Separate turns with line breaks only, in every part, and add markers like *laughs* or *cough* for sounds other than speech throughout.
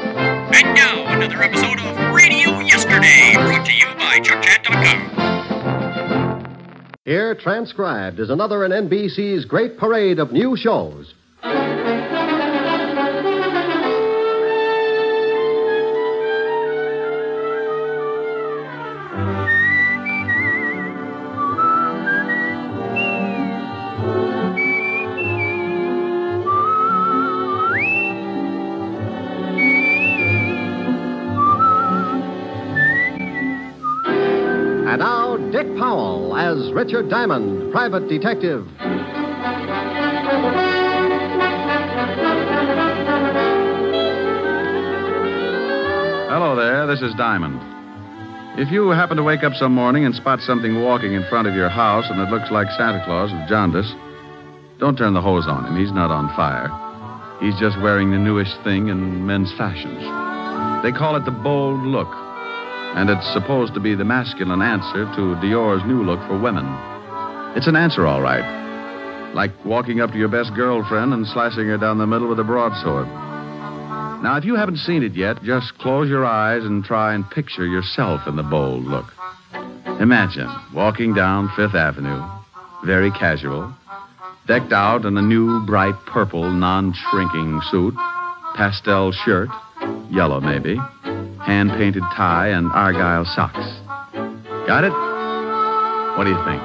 And now, another episode of Radio Yesterday, brought to you by ChuckChat.com.
Here, transcribed, is another in NBC's great parade of new shows. And now, Dick Powell as Richard Diamond, private detective.
Hello there, this is Diamond. If you happen to wake up some morning and spot something walking in front of your house and it looks like Santa Claus with jaundice, don't turn the hose on him. He's not on fire. He's just wearing the newest thing in men's fashions. They call it the bold look, and it's supposed to be the masculine answer to Dior's new look for women. It's an answer, all right. Like walking up to your best girlfriend and slicing her down the middle with a broadsword. Now, if you haven't seen it yet, just close your eyes and try and picture yourself in the bold look. Imagine walking down Fifth Avenue, very casual, decked out in a new bright purple, non shrinking suit, pastel shirt, yellow maybe, hand painted tie, and argyle socks. Got it? What do you think?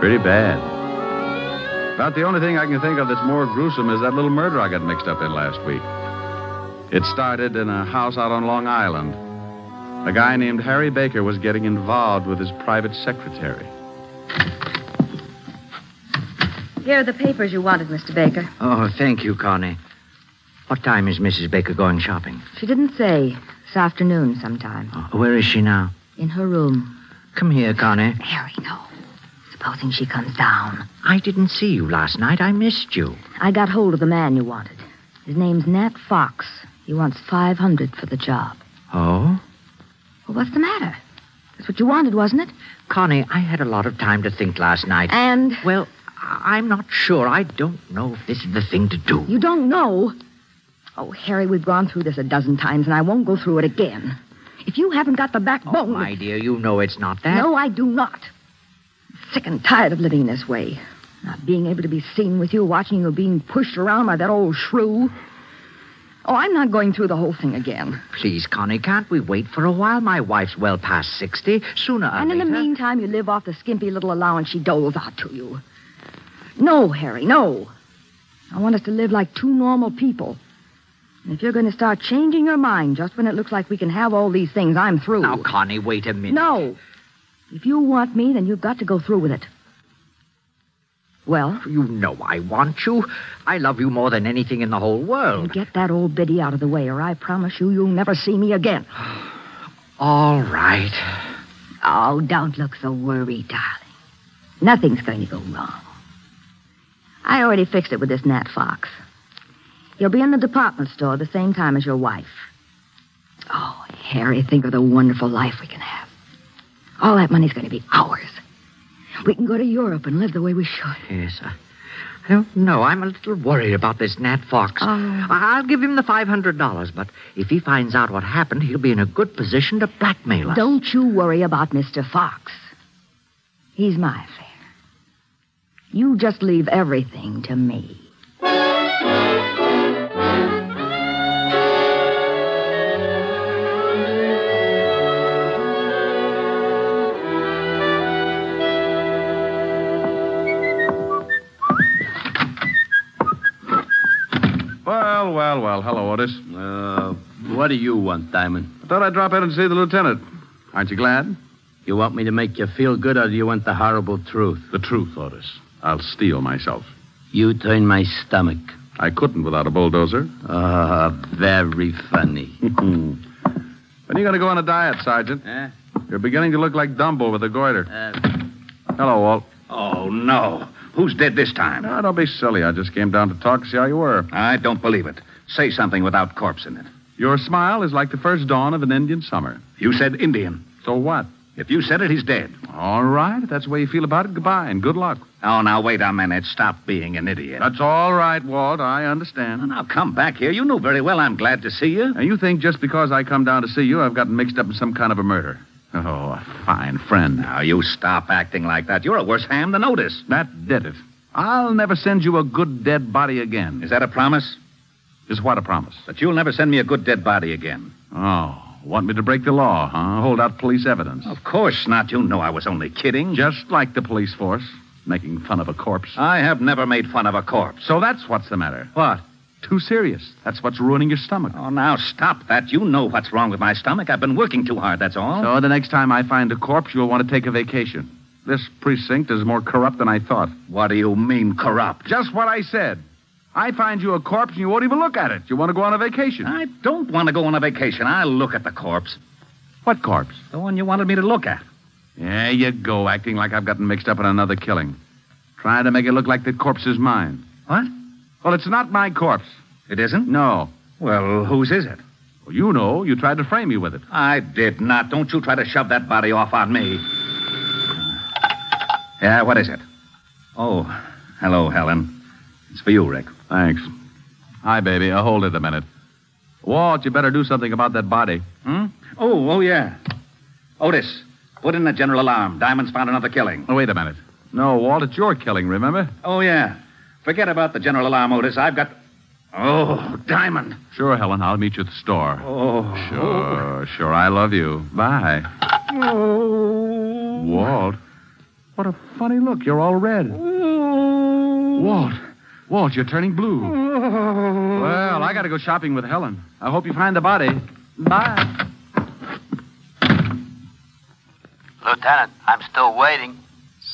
Pretty bad. About the only thing I can think of that's more gruesome is that little murder I got mixed up in last week. It started in a house out on Long Island. A guy named Harry Baker was getting involved with his private secretary.
Here are the papers you wanted, Mr. Baker.
Oh, thank you, Connie. What time is Mrs. Baker going shopping?
She didn't say. This afternoon sometime.
Oh, Where is she now?
In her room.
Come here, Connie.
Harry, no. Supposing she comes down.
I didn't see you last night. I missed you.
I got hold of the man you wanted. His name's Nat Fox. He wants 500 for the job.
Oh?
Well, what's the matter? That's what you wanted, wasn't it?
Connie, I had a lot of time to think last night.
And
Well, I- I'm not sure. I don't know if this is the thing to do.
you don't know. Oh, Harry, we've gone through this a dozen times, and I won't go through it again. If you haven't got the backbone.
Oh, my dear, you know it's not that.
No, I do not. Sick and tired of living this way. Not being able to be seen with you, watching you being pushed around by that old shrew. Oh, I'm not going through the whole thing again.
Please, Connie, can't we wait for a while? My wife's well past 60. Sooner or
and in
later...
the meantime, you live off the skimpy little allowance she doles out to you. No, Harry, no. I want us to live like two normal people. And if you're going to start changing your mind just when it looks like we can have all these things, I'm through.
Now, Connie, wait a minute.
No. If you want me, then you've got to go through with it. Well,
You know I want you. I love you more than anything in the whole
you
world.
get that old biddy out of the way, or I promise you, you'll never see me again.
All right.
Oh, don't look so worried, darling. Nothing's going to go wrong. I already fixed it with this Nat Fox. He'll be in the department store the same time as your wife. Oh, Harry, think of the wonderful life we can have. All that money's going to be ours. We can go to Europe and live the way we should.
Yes, I, I don't know. I'm a little worried about this Nat Fox.
Oh.
I, I'll give him the five hundred dollars, but if he finds out what happened, he'll be in a good position to blackmail us.
Don't you worry about Mr. Fox. He's my affair. You just leave everything to me.
Well, well, well. Hello, Otis.
Uh, what do you want, Diamond?
I thought I'd drop in and see the lieutenant. Aren't you glad?
You want me to make you feel good, or do you want the horrible truth?
The truth, Otis. I'll steel myself.
You turn my stomach.
I couldn't without a bulldozer.
Ah, very funny.
when are you going to go on a diet, Sergeant?
Huh?
You're beginning to look like Dumbo with a goiter.
Uh,
Hello, Walt.
Oh, no. Who's dead this time?
No, don't be silly. I just came down to talk, see how you were.
I don't believe it. Say something without corpse in it.
Your smile is like the first dawn of an Indian summer.
You said Indian.
So what?
If you said it, he's dead.
All right. If that's the way you feel about it, goodbye and good luck.
Oh, now, wait a minute. Stop being an idiot.
That's all right, Walt. I understand.
Now, come back here. You knew very well I'm glad to see you.
Now, you think just because I come down to see you, I've gotten mixed up in some kind of a murder. Oh, a fine friend.
Now, you stop acting like that. You're a worse ham than Otis.
That did it. I'll never send you a good dead body again.
Is that a promise?
Is what a promise.
That you'll never send me a good dead body again.
Oh, want me to break the law, huh? Hold out police evidence.
Of course not. You know I was only kidding.
Just like the police force, making fun of a corpse.
I have never made fun of a corpse.
So that's what's the matter.
What?
Too serious. That's what's ruining your stomach.
Oh, now stop that. You know what's wrong with my stomach. I've been working too hard, that's all.
So the next time I find a corpse, you'll want to take a vacation. This precinct is more corrupt than I thought.
what do you mean, corrupt?
Just what I said. I find you a corpse and you won't even look at it. You want to go on a vacation.
I don't want to go on a vacation. I'll look at the corpse.
What corpse?
The one you wanted me to look at.
There you go, acting like I've gotten mixed up in another killing. Trying to make it look like the corpse is mine.
What?
Well, it's not my corpse.
It isn't?
No.
Well, whose is it?
Well, you know, you tried to frame me with it.
I did not. Don't you try to shove that body off on me. Yeah, what is it? Oh, hello, Helen. It's for you, Rick.
Thanks. Hi, baby. Uh, hold it a minute. Walt, you better do something about that body.
Hmm? Oh, oh, yeah. Otis, put in a general alarm. Diamond's found another killing.
Oh, wait a minute. No, Walt, it's your killing, remember?
Oh, yeah. Forget about the general alarm, Otis. I've got. Oh, Diamond.
Sure, Helen. I'll meet you at the store.
Oh.
Sure, sure. I love you. Bye.
Oh.
Walt. What a funny look. You're all red.
Oh.
Walt. Walt, you're turning blue. Well, I gotta go shopping with Helen. I hope you find the body. Bye.
Lieutenant, I'm still waiting.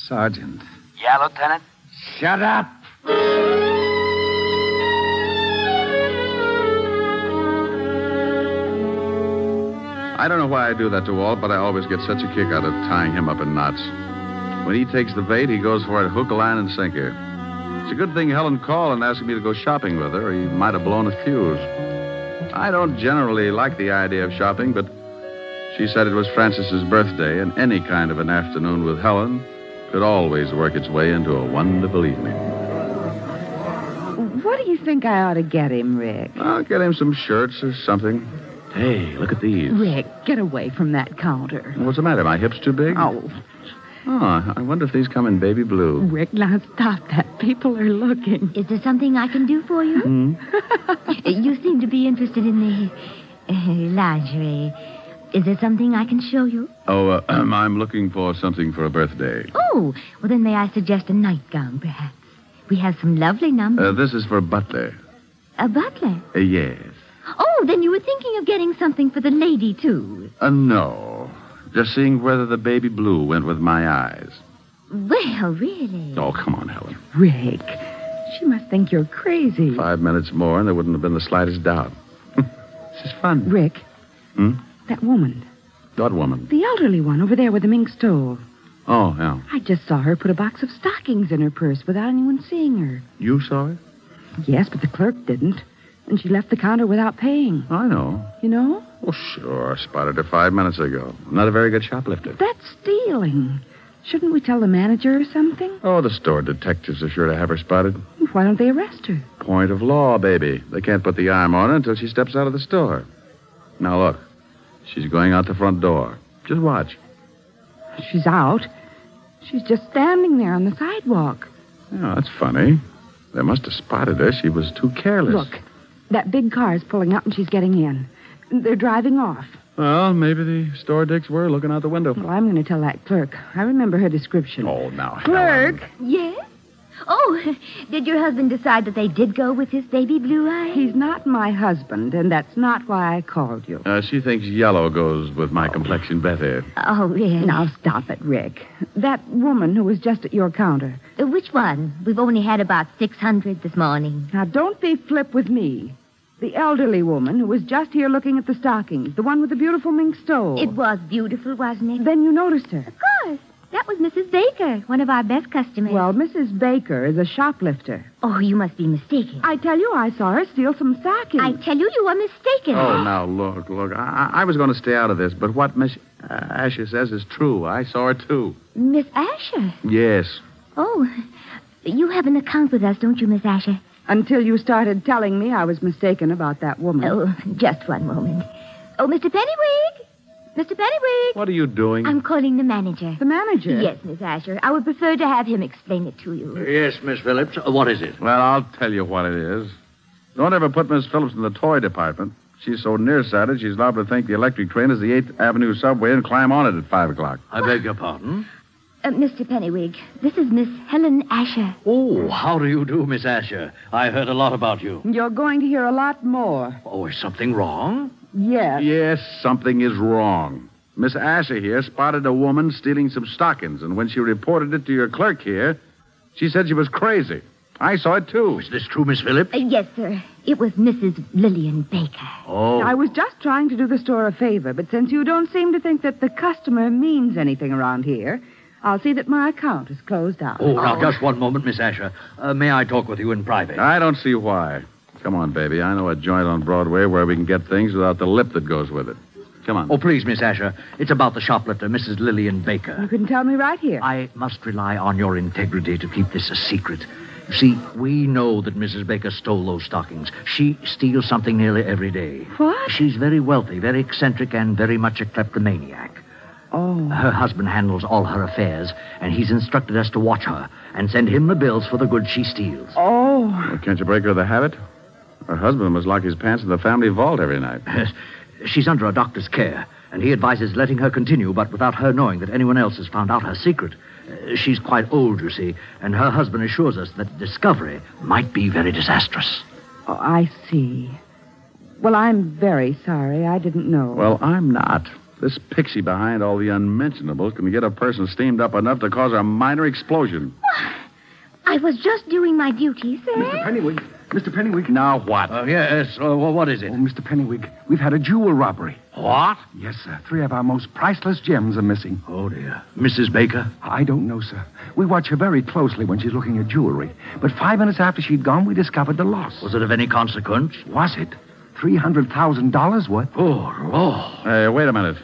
Sergeant.
Yeah, Lieutenant?
Shut up.
I don't know why I do that to Walt, but I always get such a kick out of tying him up in knots. When he takes the bait, he goes for it hook, line, and sinker. It's a good thing Helen called and asked me to go shopping with her, or he might have blown a fuse. I don't generally like the idea of shopping, but she said it was Francis's birthday, and any kind of an afternoon with Helen could always work its way into a wonderful evening.
What do you think I ought to get him, Rick?
I'll get him some shirts or something. Hey, look at these.
Rick, get away from that counter.
What's the matter? My hips too big?
Oh,
Oh, I wonder if these come in baby blue.
Rick, now stop that. People are looking. Hmm?
Is there something I can do for you? *laughs* you seem to be interested in the uh, lingerie. Is there something I can show you?
Oh, uh, *clears throat* I'm looking for something for a birthday.
Oh, well, then may I suggest a nightgown, perhaps? We have some lovely
Uh,
numbers.
this is for Butler.
a butler.
Uh, yes.
Oh, then you were thinking of getting something for the lady, too.
Uh, no. Just seeing whether the baby blue went with my eyes.
Well, really.
Oh, come on, Helen.
Rick, she must think you're crazy.
Five minutes more, and there wouldn't have been the slightest doubt. *laughs* this is fun.
Rick.
Hmm?
That woman,
What woman?
the elderly one over there with the mink stole.
Oh, yeah.
I just saw her put a box of stockings in her purse without anyone seeing her.
You saw it?
Yes, but the clerk didn't. And she left the counter without paying.
I know.
You know?
Well, sure. I spotted her five minutes ago. I'm not a very good shoplifter.
That's stealing. Shouldn't we tell the manager or something?
Oh, the store detectives are sure to have her spotted.
Why don't they arrest her?
Point of law, baby. They can't put the arm on her until she steps out of the store. Now, look. She's going out the front door. Just watch.
She's out. She's just standing there on the sidewalk.
Yeah, that's funny. They must have spotted her. She was too careless.
Look, that big car is pulling up and she's getting in. They're driving off.
Well, maybe the store dicks were looking out the window.
Well, I'm going to tell that clerk. I remember her description.
Oh, now,
clerk!
Yes? Oh, *laughs* did your husband decide that they did go with his baby blue eyes?
He's not my husband, and that's not why I called you.
Uh, she thinks yellow goes with my complexion better.
Oh, really?
Now stop it, Rick. That woman who was just at your counter.
Uh, Which one? We've only had about 600 this morning.
Now don't be flip with me. The elderly woman who was just here looking at the stockings, the one with the beautiful mink stole.
It was beautiful, wasn't it?
Then you noticed her.
Of course.
That was Mrs. Baker, one of our best customers.
Well, Mrs. Baker is a shoplifter.
Oh, you must be mistaken.
I tell you, I saw her steal some sacking.
I tell you, you are mistaken.
Oh, now, look, look. I, I I was going to stay out of this, but what Miss uh, Asher says is true. I saw her, too.
Miss Asher.
Yes.
Oh, you have an account with us, don't you, Miss Asher?
Until you started telling me I was mistaken about that woman.
Oh, just one moment. Oh, Mr. Pennywig. Mr. Pennywig.
What are you doing?
I'm calling the manager.
The manager.
Yes, Miss Asher. I would prefer to have him explain it to you.
Yes, Miss Phillips. Uh, What is it?
Well, I'll tell you what it is. Don't ever put Miss Phillips in the toy department. She's so nearsighted, she's liable to think the electric train is the 8th Avenue subway and climb on it at 5 o'clock.
I beg your pardon?
Uh, Mr. Pennywig, this is Miss Helen Asher.
Oh, how do you do, Miss Asher? I heard a lot about you.
You're going to hear a lot more.
Oh, is something wrong?
Yes.
Yes, something is wrong. Miss Asher here spotted a woman stealing some stockings, and when she reported it to your clerk here, she said she was crazy. I saw it, too.
Is this true, Miss Phillips?
Uh, yes, sir. It was Mrs. Lillian Baker.
Oh.
I was just trying to do the store a favor, but since you don't seem to think that the customer means anything around here, I'll see that my account is closed out.
Oh, now, just one moment, Miss Asher. Uh, may I talk with you in private?
I don't see why. Come on, baby. I know a joint on Broadway where we can get things without the lip that goes with it. Come on.
Oh, please, Miss Asher. It's about the shoplifter, Mrs. Lillian
You
Baker.
can tell me right here.
I must rely on your integrity to keep this a secret. You see, we know that Mrs. Baker stole those stockings. She steals something nearly every day.
What?
She's very wealthy, very eccentric, and very much a kleptomaniac.
Oh.
Her husband handles all her affairs, and he's instructed us to watch her and send him the bills for the goods she steals.
Oh.
Well, can't you break her the habit? Her husband must lock his pants in the family vault every night.
She's under a doctor's care, and he advises letting her continue, but without her knowing that anyone else has found out her secret. Uh, She's quite old, you see, and her husband assures us that discovery might be very disastrous.
Oh, I see. Well, I'm very sorry. I didn't know.
Well, I'm not. This pixie behind all the unmentionables can get a person steamed up enough to cause a minor explosion.
*sighs* I was just doing my duty, sir.
Pennywig. Mr. Pennywig.
Now what?
Oh, yes. Uh, well, what is it?
Mr. Pennywig, oh, we've had a jewel robbery.
What?
Yes, sir. Three of our most priceless gems are missing.
Oh, dear. Mrs. Baker?
I don't know, sir. We watch her very closely when she's looking at jewelry. But five minutes after she'd gone, we discovered the loss.
Was it of any consequence?
Was it? $300,000 worth?
Oh, Lord.
Hey, wait a minute.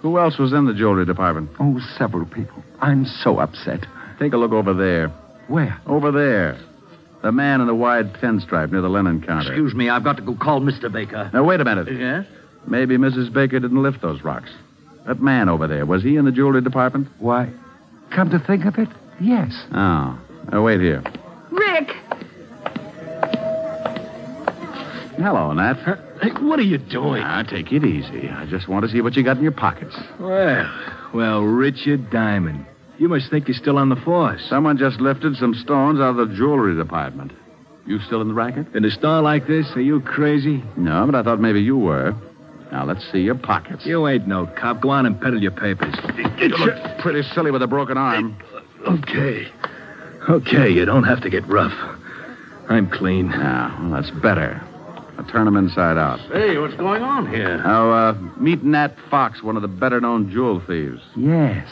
Who else was in the jewelry department?
Oh, several people. I'm so upset.
Take a look over there.
Where?
Over there. The man in the wide pinstripe near the linen counter.
Excuse me, I've got to go call Mr. Baker.
Now, wait a minute.
Yes?
Maybe Mrs. Baker didn't lift those rocks. That man over there, was he in the jewelry department?
Why, come to think of it, yes.
Oh. Now, wait here.
Rick!
Hello, Nat.
Hey, what are you doing?
Now, take it easy. I just want to see what you got in your pockets.
Well, well, Richard Diamond. You must think he's still on the force.
Someone just lifted some stones out of the jewelry department. You still in the racket?
In a store like this, are you crazy?
No, but I thought maybe you were. Now, let's see your pockets.
You ain't no cop. Go on and peddle your papers.
You look pretty silly with a broken arm.
Okay. Okay, you don't have to get rough. I'm clean.
Yeah, well, that's better. Now, turn them inside out.
Hey, what's going on here?
Now, uh, meet Nat Fox, one of the better known jewel thieves.
Yes.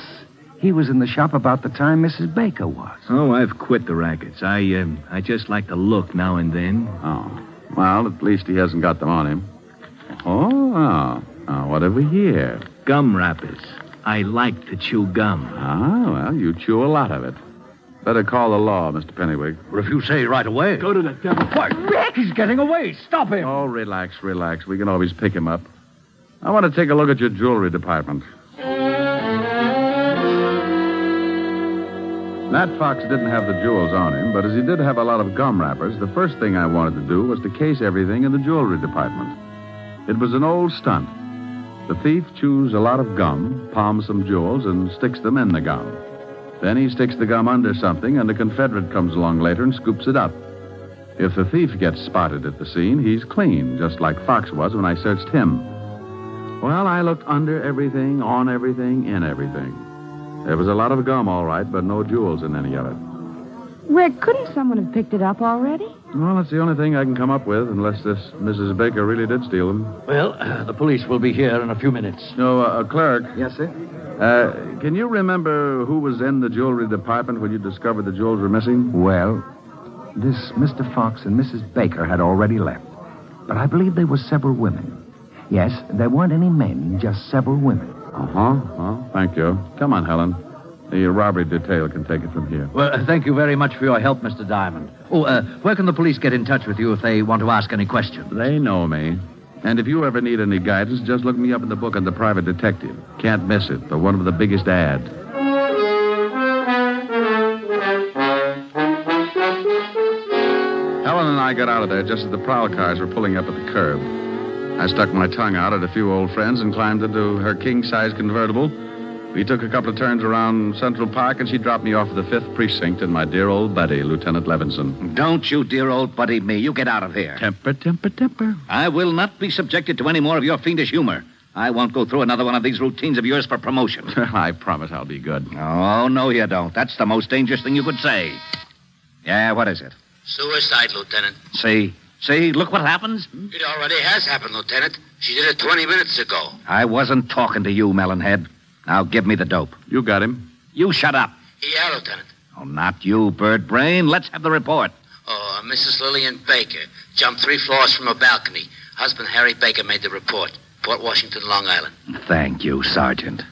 He was in the shop about the time Mrs. Baker was.
Oh, I've quit the rackets. I, um, I just like to look now and then.
Oh. Well, at least he hasn't got them on him. Oh, oh. Now, what have we here?
Gum wrappers. I like to chew gum.
Ah, well, you chew a lot of it. Better call the law, Mr. Pennywig.
Well, if you say right away. Go to the devil. What? Rick, he's getting away. Stop him.
Oh, relax, relax. We can always pick him up. I want to take a look at your jewelry department. Nat Fox didn't have the jewels on him, but as he did have a lot of gum wrappers, the first thing I wanted to do was to case everything in the jewelry department. It was an old stunt. The thief chews a lot of gum, palms some jewels, and sticks them in the gum. Then he sticks the gum under something, and a Confederate comes along later and scoops it up. If the thief gets spotted at the scene, he's clean, just like Fox was when I searched him. Well, I looked under everything, on everything, in everything. There was a lot of gum, all right, but no jewels in any of it.
Rick, couldn't someone have picked it up already?
Well, that's the only thing I can come up with, unless this Mrs. Baker really did steal them.
Well, uh, the police will be here in a few minutes.
No, uh, uh, clerk.
Yes, sir?
Uh, can you remember who was in the jewelry department when you discovered the jewels were missing?
Well, this Mr. Fox and Mrs. Baker had already left, but I believe there were several women. Yes, there weren't any men, just several women.
Uh huh. Well, thank you. Come on, Helen. The robbery detail can take it from here.
Well, uh, thank you very much for your help, Mr. Diamond. Oh, uh, where can the police get in touch with you if they want to ask any questions?
They know me. And if you ever need any guidance, just look me up in the book on the private detective. Can't miss it. The one with the biggest ad. Helen and I got out of there just as the prowl cars were pulling up at the curb. I stuck my tongue out at a few old friends and climbed into her king size convertible. We took a couple of turns around Central Park, and she dropped me off at the fifth precinct and my dear old buddy, Lieutenant Levinson.
Don't you, dear old buddy me. You get out of here.
Temper, temper, temper.
I will not be subjected to any more of your fiendish humor. I won't go through another one of these routines of yours for promotion.
*laughs* I promise I'll be good.
Oh, no, you don't. That's the most dangerous thing you could say. Yeah, what is it?
Suicide, Lieutenant. Hmm?
See? See? Look what happens.
It already has happened, Lieutenant. She did it 20 minutes ago.
I wasn't talking to you, Melonhead. Now give me the dope.
You got him.
You shut up.
Yeah, Lieutenant.
Oh, not you, Bird Brain. Let's have the report.
Oh, uh, Mrs. Lillian Baker jumped three floors from a balcony. Husband Harry Baker made the report. Port Washington, Long Island.
Thank you, Sergeant.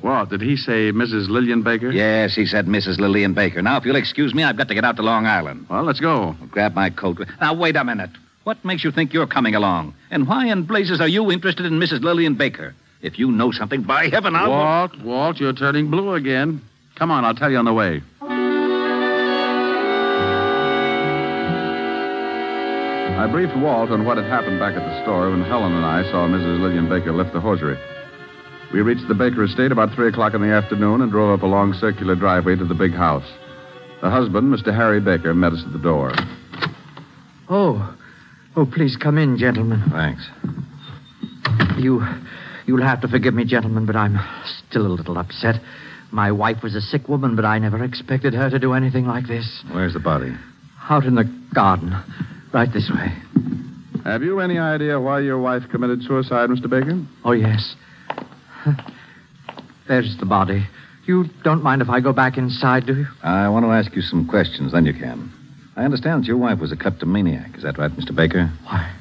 What? Did he say Mrs. Lillian Baker?
Yes, he said Mrs. Lillian Baker. Now, if you'll excuse me, I've got to get out to Long Island.
Well, let's go.
Grab my coat. Now, wait a minute. What makes you think you're coming along? And why in blazes are you interested in Mrs. Lillian Baker? If you know something, by heaven, I'll.
Walt, Walt, you're turning blue again. Come on, I'll tell you on the way. I briefed Walt on what had happened back at the store when Helen and I saw Mrs. Lillian Baker lift the hosiery. We reached the Baker estate about 3 o'clock in the afternoon and drove up a long circular driveway to the big house. The husband, Mr. Harry Baker, met us at the door.
Oh. Oh, please come in, gentlemen.
Thanks.
You. You'll have to forgive me, gentlemen, but I'm still a little upset. My wife was a sick woman, but I never expected her to do anything like this.
Where's the body?
Out in the garden. Right this way.
Have you any idea why your wife committed suicide, Mr. Baker?
Oh, yes. *laughs* There's the body. You don't mind if I go back inside, do you?
I want to ask you some questions, then you can. I understand that your wife was a kleptomaniac. Is that right, Mr. Baker?
Why?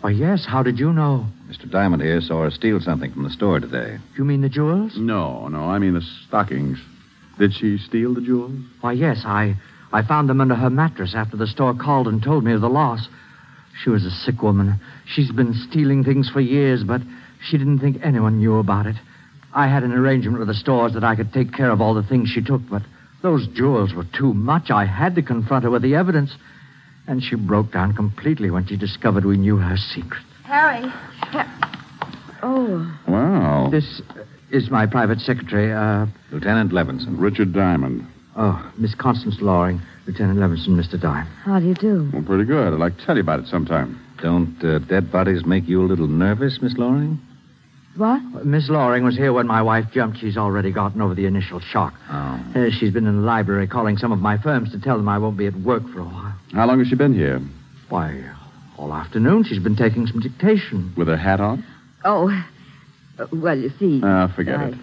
Why, yes. How did you know?
Mr. Diamond here saw her steal something from the store today.
You mean the jewels?
No, no, I mean the stockings. Did she steal the jewels?
Why, yes. I, I found them under her mattress after the store called and told me of the loss. She was a sick woman. She's been stealing things for years, but she didn't think anyone knew about it. I had an arrangement with the stores that I could take care of all the things she took, but those jewels were too much. I had to confront her with the evidence. And she broke down completely when she discovered we knew her secret.
Harry. Oh.
Wow.
This is my private secretary, uh,
Lieutenant Levinson.
Richard Diamond.
oh, Miss Constance Loring, Lieutenant Levinson, Mr. Dime.
How do you do?
Well, pretty good. I'd like to tell you about it sometime.
Don't uh, dead bodies make you a little nervous, Miss Loring?
What?
Miss Loring was here when my wife jumped. She's already gotten over the initial shock.
Oh.
Uh, she's been in the library calling some of my firms to tell them I won't be at work for a while.
How long has she been here?
Why, all afternoon she's been taking some dictation.
With her hat on?
Oh. Uh, Well, you see.
Ah, forget it.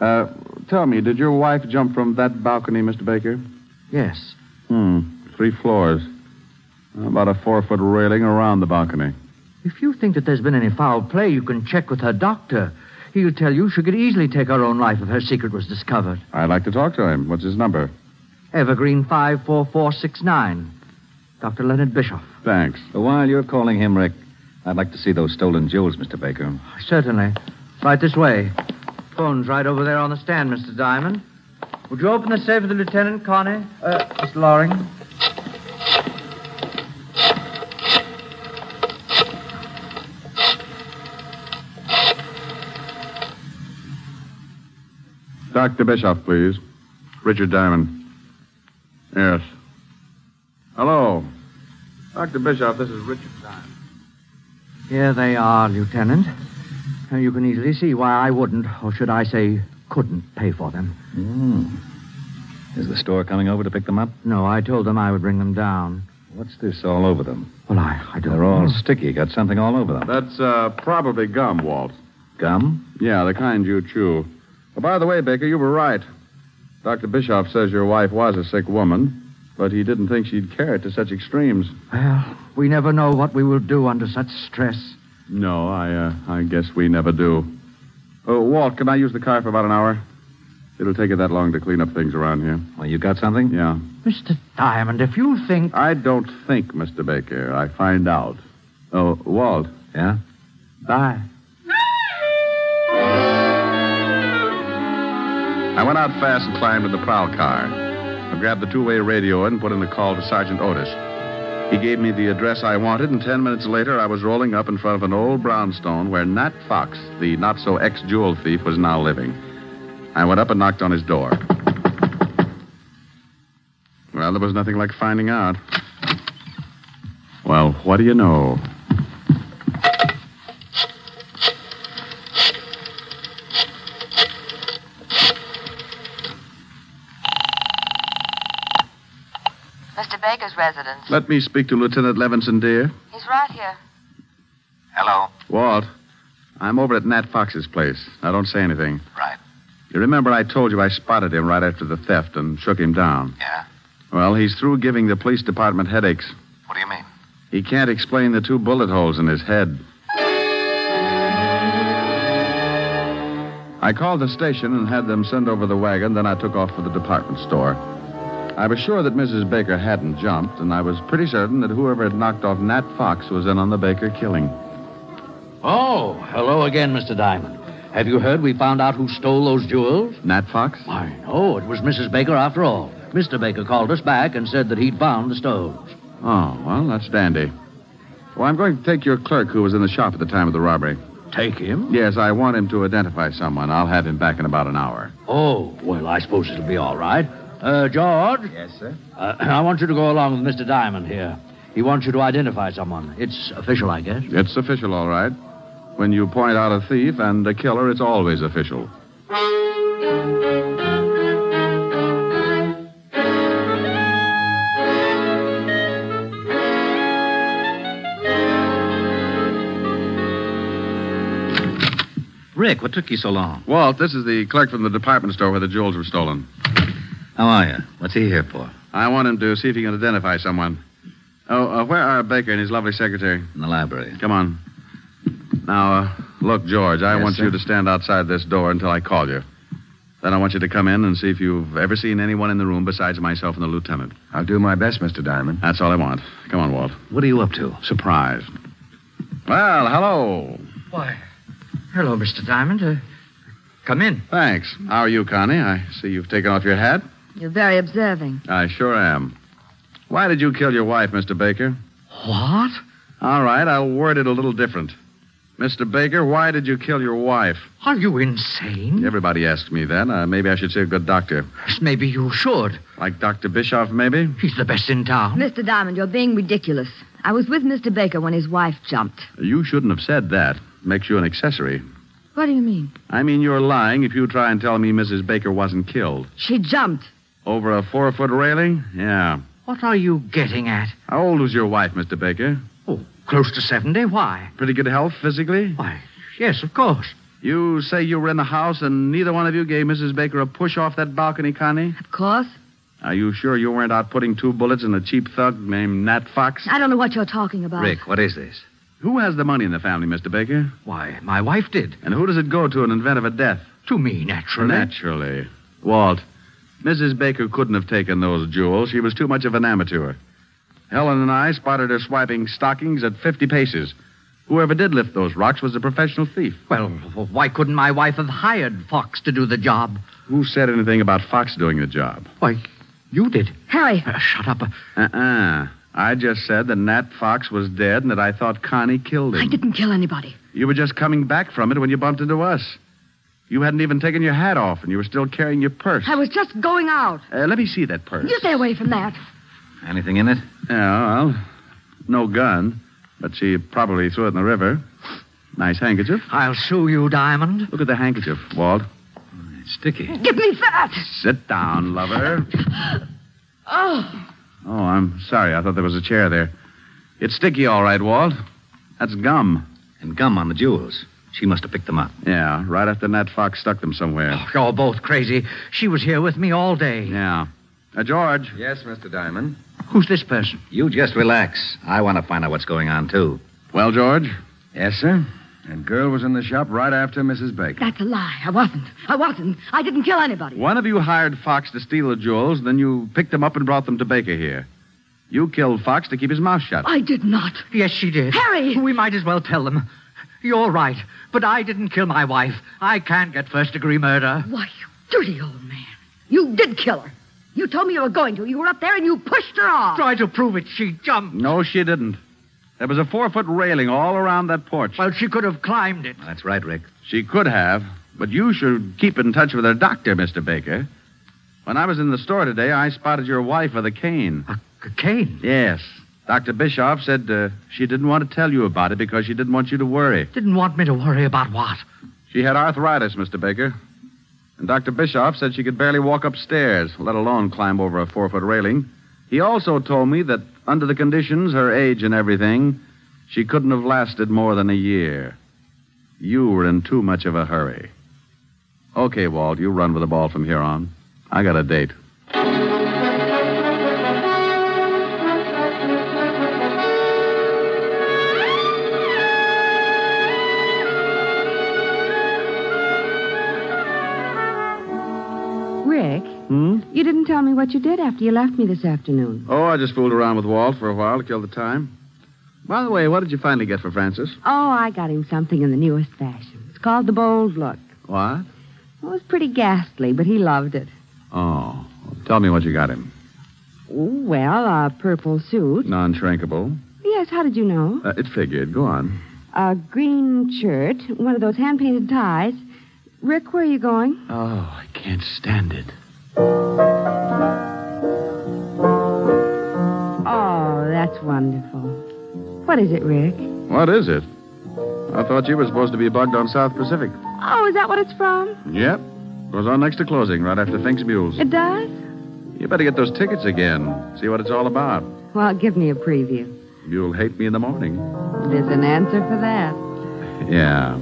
Uh, tell me, did your wife jump from that balcony, Mr. Baker?
Yes.
Hmm. Three floors. About a four foot railing around the balcony.
If you think that there's been any foul play, you can check with her doctor. He'll tell you she could easily take her own life if her secret was discovered.
I'd like to talk to him. What's his number?
Evergreen 54469. Dr. Leonard Bischoff.
Thanks.
While you're calling him, Rick, I'd like to see those stolen jewels, Mr. Baker.
Certainly. Right this way. Phone's right over there on the stand, Mr. Diamond. Would you open the safe for the lieutenant, Connie? Uh, Miss Loring?
Dr. Bischoff, please. Richard Diamond. Yes. Hello. Dr. Bischoff, this is Richard Diamond.
Here they are, Lieutenant. Uh, You can easily see why I wouldn't, or should I say, couldn't pay for them.
Is the store coming over to pick them up?
No, I told them I would bring them down.
What's this all over them?
Well, I, I don't
They're all sticky. Got something all over them.
That's uh, probably gum, Walt.
Gum?
Yeah, the kind you chew. Oh, by the way, Baker, you were right. Dr. Bischoff says your wife was a sick woman, but he didn't think she'd carry it to such extremes.
Well, we never know what we will do under such stress.
No, I, uh, I guess we never do. Oh, Walt, can I use the car for about an hour? It'll take it that long to clean up things around here.
Well, you got something?
Yeah.
Mr. Diamond, if you think.
I don't think, Mr. Baker. I find out. Oh, Walt.
Yeah?
Bye. I went out fast and climbed in the prowl car. I grabbed the two way radio and put in a call to Sergeant Otis. He gave me the address I wanted, and ten minutes later, I was rolling up in front of an old brownstone where Nat Fox, the not so ex jewel thief, was now living. I went up and knocked on his door. Well, there was nothing like finding out. Well, what do you know?
Mr. Baker's residence.
Let me speak to Lieutenant Levinson, dear.
He's right here.
Hello. Walt, I'm over at Nat Fox's place. Now, don't say anything.
Right.
You remember I told you I spotted him right after the theft and shook him down.
Yeah?
Well, he's through giving the police department headaches.
What do you mean?
He can't explain the two bullet holes in his head. I called the station and had them send over the wagon, then I took off for the department store. I was sure that Mrs. Baker hadn't jumped, and I was pretty certain that whoever had knocked off Nat Fox was in on the Baker killing.
Oh, hello again, Mr. Diamond. Have you heard we found out who stole those jewels?
Nat Fox?
Why, no, it was Mrs. Baker after all. Mr. Baker called us back and said that he'd found the stones.
Oh, well, that's dandy. Well, I'm going to take your clerk who was in the shop at the time of the robbery.
Take him?
Yes, I want him to identify someone. I'll have him back in about an hour.
Oh, well, I suppose it'll be all right. Uh, George?
Yes, sir?
Uh, I want you to go along with Mr. Diamond here. He wants you to identify someone. It's official, I guess.
It's official, all right. When you point out a thief and a killer, it's always official.
Rick, what took you so long?
Walt, this is the clerk from the department store where the jewels were stolen.
How are you? What's he here for?
I want him to see if he can identify someone. Oh, uh, where are Baker and his lovely secretary?
In the library.
Come on. Now, uh, look, George, I
Yes,
want
sir.
you to stand outside this door until I call you. Then I want you to come in and see if you've ever seen anyone in the room besides myself and the lieutenant.
I'll do my best, Mr. Diamond.
That's all I want. Come on, Walt.
What are you up to?
Surprise. Well, hello.
Why, hello, Mr. Diamond. Uh, come in.
Thanks. How are you, Connie? I see you've taken off your hat.
You're very observing.
I sure am. Why did you kill your wife, Mr. Baker?
What?
All right, I'll word it a little different. Mr. Baker, why did you kill your wife?
Are you insane?
Everybody asks me that. Uh, maybe I should see a good doctor.
Maybe you should.
Like Dr. Bischoff, maybe?
He's the best in town.
Mr. Diamond, you're being ridiculous. I was with Mr. Baker when his wife jumped.
You shouldn't have said that. Makes you an accessory.
What do you mean?
I mean, you're lying if you try and tell me Mrs. Baker wasn't killed.
She jumped.
Over a four foot railing? Yeah.
What are you getting at?
How old was your wife, Mr. Baker?
Close to 70. Why?
Pretty good health physically?
Why, yes, of course.
You say you were in the house and neither one of you gave Mrs. Baker a push off that balcony, Connie?
Of course.
Are you sure you weren't out putting two bullets in a cheap thug named Nat Fox?
I don't know what you're talking about.
Rick, what is this?
Ah. Who has the money in the family, Mr. Baker?
Why, my wife did.
And who does it go to in event of a death?
To me, naturally.
Naturally. Walt, Mrs. Baker couldn't have taken those jewels. She was too much of an amateur. Helen and I spotted her swiping stockings at 50 paces. Whoever did lift those rocks was a professional thief.
Well, why couldn't my wife have hired Fox to do the job?
Who said anything about Fox doing the job?
Why, you did.
Harry.
Uh, shut up.
Uh uh I just said that Nat Fox was dead and that I thought Connie killed him.
I didn't kill anybody.
You were just coming back from it when you bumped into us. You hadn't even taken your hat off, and you were still carrying your purse.
I was just going out.
Uh, let me see that purse.
You stay away from that.
Anything in it?
Yeah, well, no gun, but she probably threw it in the river. Nice handkerchief.
I'll sue you, Diamond.
Look at the handkerchief, Walt.
It's
sticky.
Give me that!
Sit down, lover.
Oh,
Oh, I'm sorry. I thought there was a chair there. It's sticky, all right, Walt. That's gum. And gum on the jewels. She must have picked them up. Yeah, right after Nat Fox stuck them somewhere.
Oh, You're both crazy. She was here with me all day.
Yeah. Uh, George.
Yes, Mr. Diamond.
Who's this person?
You just relax. I want to find out what's going on, too.
Well, George?
Yes, sir. That girl was in the shop right after Mrs. Baker.
that's a lie. I wasn't. I wasn't. I didn't kill anybody.
One of you hired Fox to steal the jewels, then you picked them up and brought them to Baker here. You killed Fox to keep his mouth shut.
I did not.
Yes, she did. Harry! We might as well tell them. You're right, but I didn't kill my wife. I can't get first degree murder.
Why, you dirty old man. You did kill her. You told me you were going to. You were up there and you pushed her off.
Try to prove it. She jumped.
No, she didn't. There was a four foot railing all around that porch.
Well, she could have climbed it.
That's right, Rick. She could have, but you should keep in touch with her doctor, Mr. Baker. When I was in the store today, I spotted your wife with a cane.
A cane?
Yes. Dr. Bischoff said uh, she didn't want to tell you about it because she didn't want you to worry.
Didn't want me to worry about what?
She had arthritis, Mr. Baker. And Dr. Bischoff said she could barely walk upstairs, let alone climb over a four foot railing. He also told me that under the conditions, her age and everything, she couldn't have lasted more than a year. You were in too much of a hurry. Okay, Walt, you run with the ball from here on. I got a date.
Rick,
Hmm?
you didn't tell me what you did after you left me this afternoon.
Oh, I just fooled around with Walt for a while to kill the time. By the way, what did you finally get for Francis?
Oh, I got him something in the newest fashion. It's called the bold look.
What?
It was pretty ghastly, but he loved it.
Oh. Tell me what you got him.
Oh, well, a purple suit.
Non shrinkable.
Yes, how did you know?
Uh, it figured. Go on.
A green shirt, one of those hand painted ties. Rick, where are you going?
Oh, I can't stand it.
Oh, that's wonderful. What is it, Rick?
What is it? I thought you were supposed to be bugged on South Pacific.
Oh, is that what it's from?
Yep. Goes on next to closing, right after Fink's Mules.
It does?
You better get those tickets again. See what it's all about.
Well, give me a preview.
You'll hate me in the morning.
There's an answer for that.
Yeah.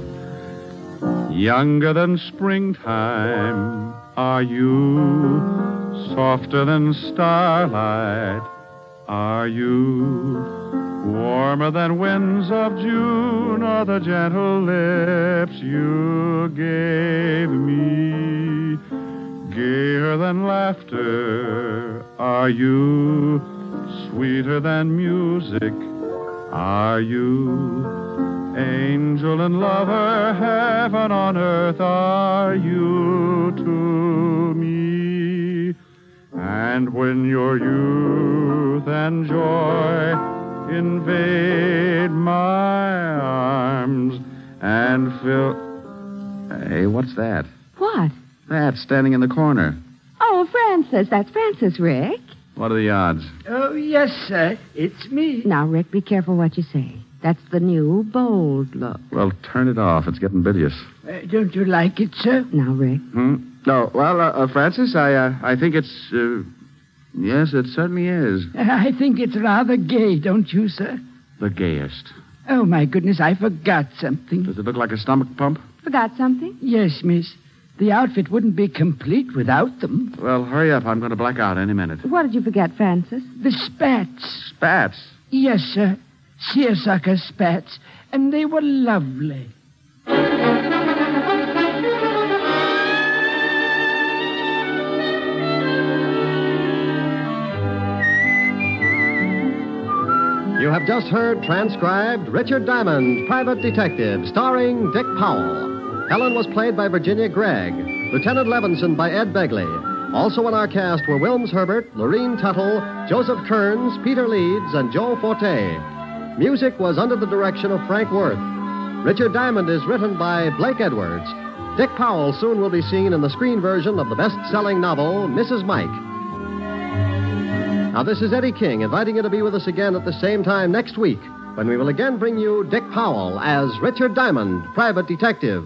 Younger than springtime are you. Softer than starlight are you. Warmer than winds of June are the gentle lips you gave me. Gayer than laughter are you. Sweeter than music are you. Angel and lover, heaven on earth are you to me. And when your youth and joy invade my arms and fill. Hey, what's that?
What?
That standing in the corner.
Oh, Francis. That's Francis, Rick.
What are the odds?
Oh, yes, sir. It's me. Now, Rick, be careful what you say. That's the new bold look.
Well, turn it off. It's getting bilious.
Uh, don't you like it, sir? Now, Rick.
Hmm? No, well, uh, uh, Francis, I, uh, I think it's. Uh, yes, it certainly is.
I think it's rather gay, don't you, sir?
The gayest.
Oh, my goodness, I forgot something.
Does it look like a stomach pump?
Forgot something?
Yes, miss. The outfit wouldn't be complete without them.
Well, hurry up. I'm going to black out any minute.
What did you forget, Francis?
The spats.
Spats.
Yes, sir. Seersucker spats. And they were lovely.
You have just heard transcribed Richard Diamond, Private Detective, starring Dick Powell. Helen was played by Virginia Gregg, Lieutenant Levinson by Ed Begley. Also in our cast were Wilms Herbert, Lorene Tuttle, Joseph Kearns, Peter Leeds, and Joe Forte. Music was under the direction of Frank Worth. Richard Diamond is written by Blake Edwards. Dick Powell soon will be seen in the screen version of the best selling novel, Mrs. Mike. Now, this is Eddie King inviting you to be with us again at the same time next week when we will again bring you Dick Powell as Richard Diamond, private detective.